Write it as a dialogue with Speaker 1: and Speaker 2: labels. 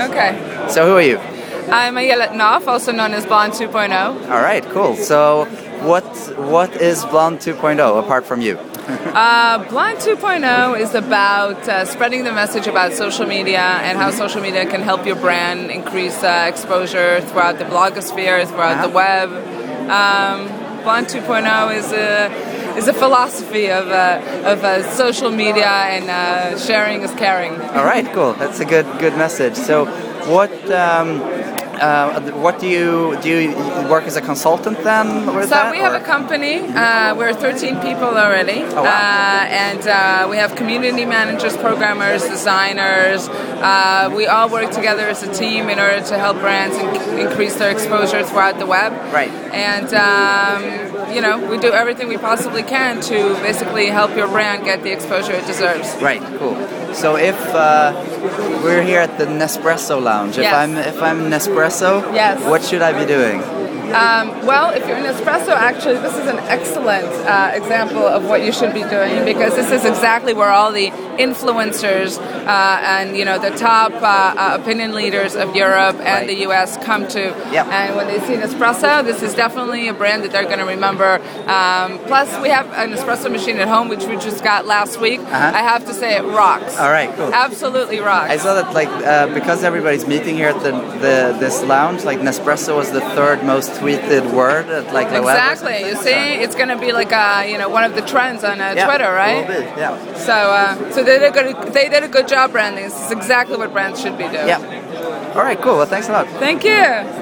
Speaker 1: Okay.
Speaker 2: So, who are you?
Speaker 1: I'm Ayala Naf, also known as Blonde 2.0.
Speaker 2: All right, cool. So, what what is Blonde 2.0 apart from you?
Speaker 1: Uh, Blonde 2.0 is about uh, spreading the message about social media and how social media can help your brand increase uh, exposure throughout the blogosphere, throughout the web. Um, Blonde 2.0 is a is a philosophy of uh, of uh, social media and uh, sharing is caring.
Speaker 2: All right, cool. That's a good good message. So, what um, uh, what do you do? You work as a consultant then? with
Speaker 1: So
Speaker 2: that,
Speaker 1: we have
Speaker 2: or- Oh,
Speaker 1: a company. Uh, we're 13 people already,
Speaker 2: wow.
Speaker 1: uh, and uh, we have community managers, programmers, designers. Uh, we all work together as a team in order to help brands in- increase their exposure throughout the web.
Speaker 2: Right.
Speaker 1: And um, you know, we do everything we possibly can to basically help your brand get the exposure it deserves.
Speaker 2: Right, cool. So if uh, we're here at the Nespresso Lounge, if
Speaker 1: Yes.
Speaker 2: I'm if I'm Nespresso,
Speaker 1: Yes.
Speaker 2: what should I be doing?
Speaker 1: Um, well, if you're an espresso, actually, this is an excellent uh, example of what you should be doing because this is exactly where all the influencers uh, and you know the top uh, uh, opinion leaders of Europe and
Speaker 2: Right.
Speaker 1: the U.S. come to.
Speaker 2: Yep.
Speaker 1: And when they see an espresso, this is definitely a brand that they're going to remember. Um, plus, we have an espresso machine at home, which we just got last week. I have to say, it rocks.
Speaker 2: Uh-huh. All right, cool.
Speaker 1: Absolutely rocks.
Speaker 2: I saw that like uh, because everybody's meeting here at the, the this lounge, like Nespresso was the third most tweeted word at like the web or
Speaker 1: Exactly. You
Speaker 2: something.
Speaker 1: see, it's going to be like a, you know one of the trends on uh,
Speaker 2: Yeah,
Speaker 1: Twitter, right?
Speaker 2: a little bit, Yeah.
Speaker 1: So, uh, so they did a good, they did a good job branding. This is exactly what brands should be doing.
Speaker 2: Yeah. All right. Cool. Well, thanks a lot.
Speaker 1: Thank you.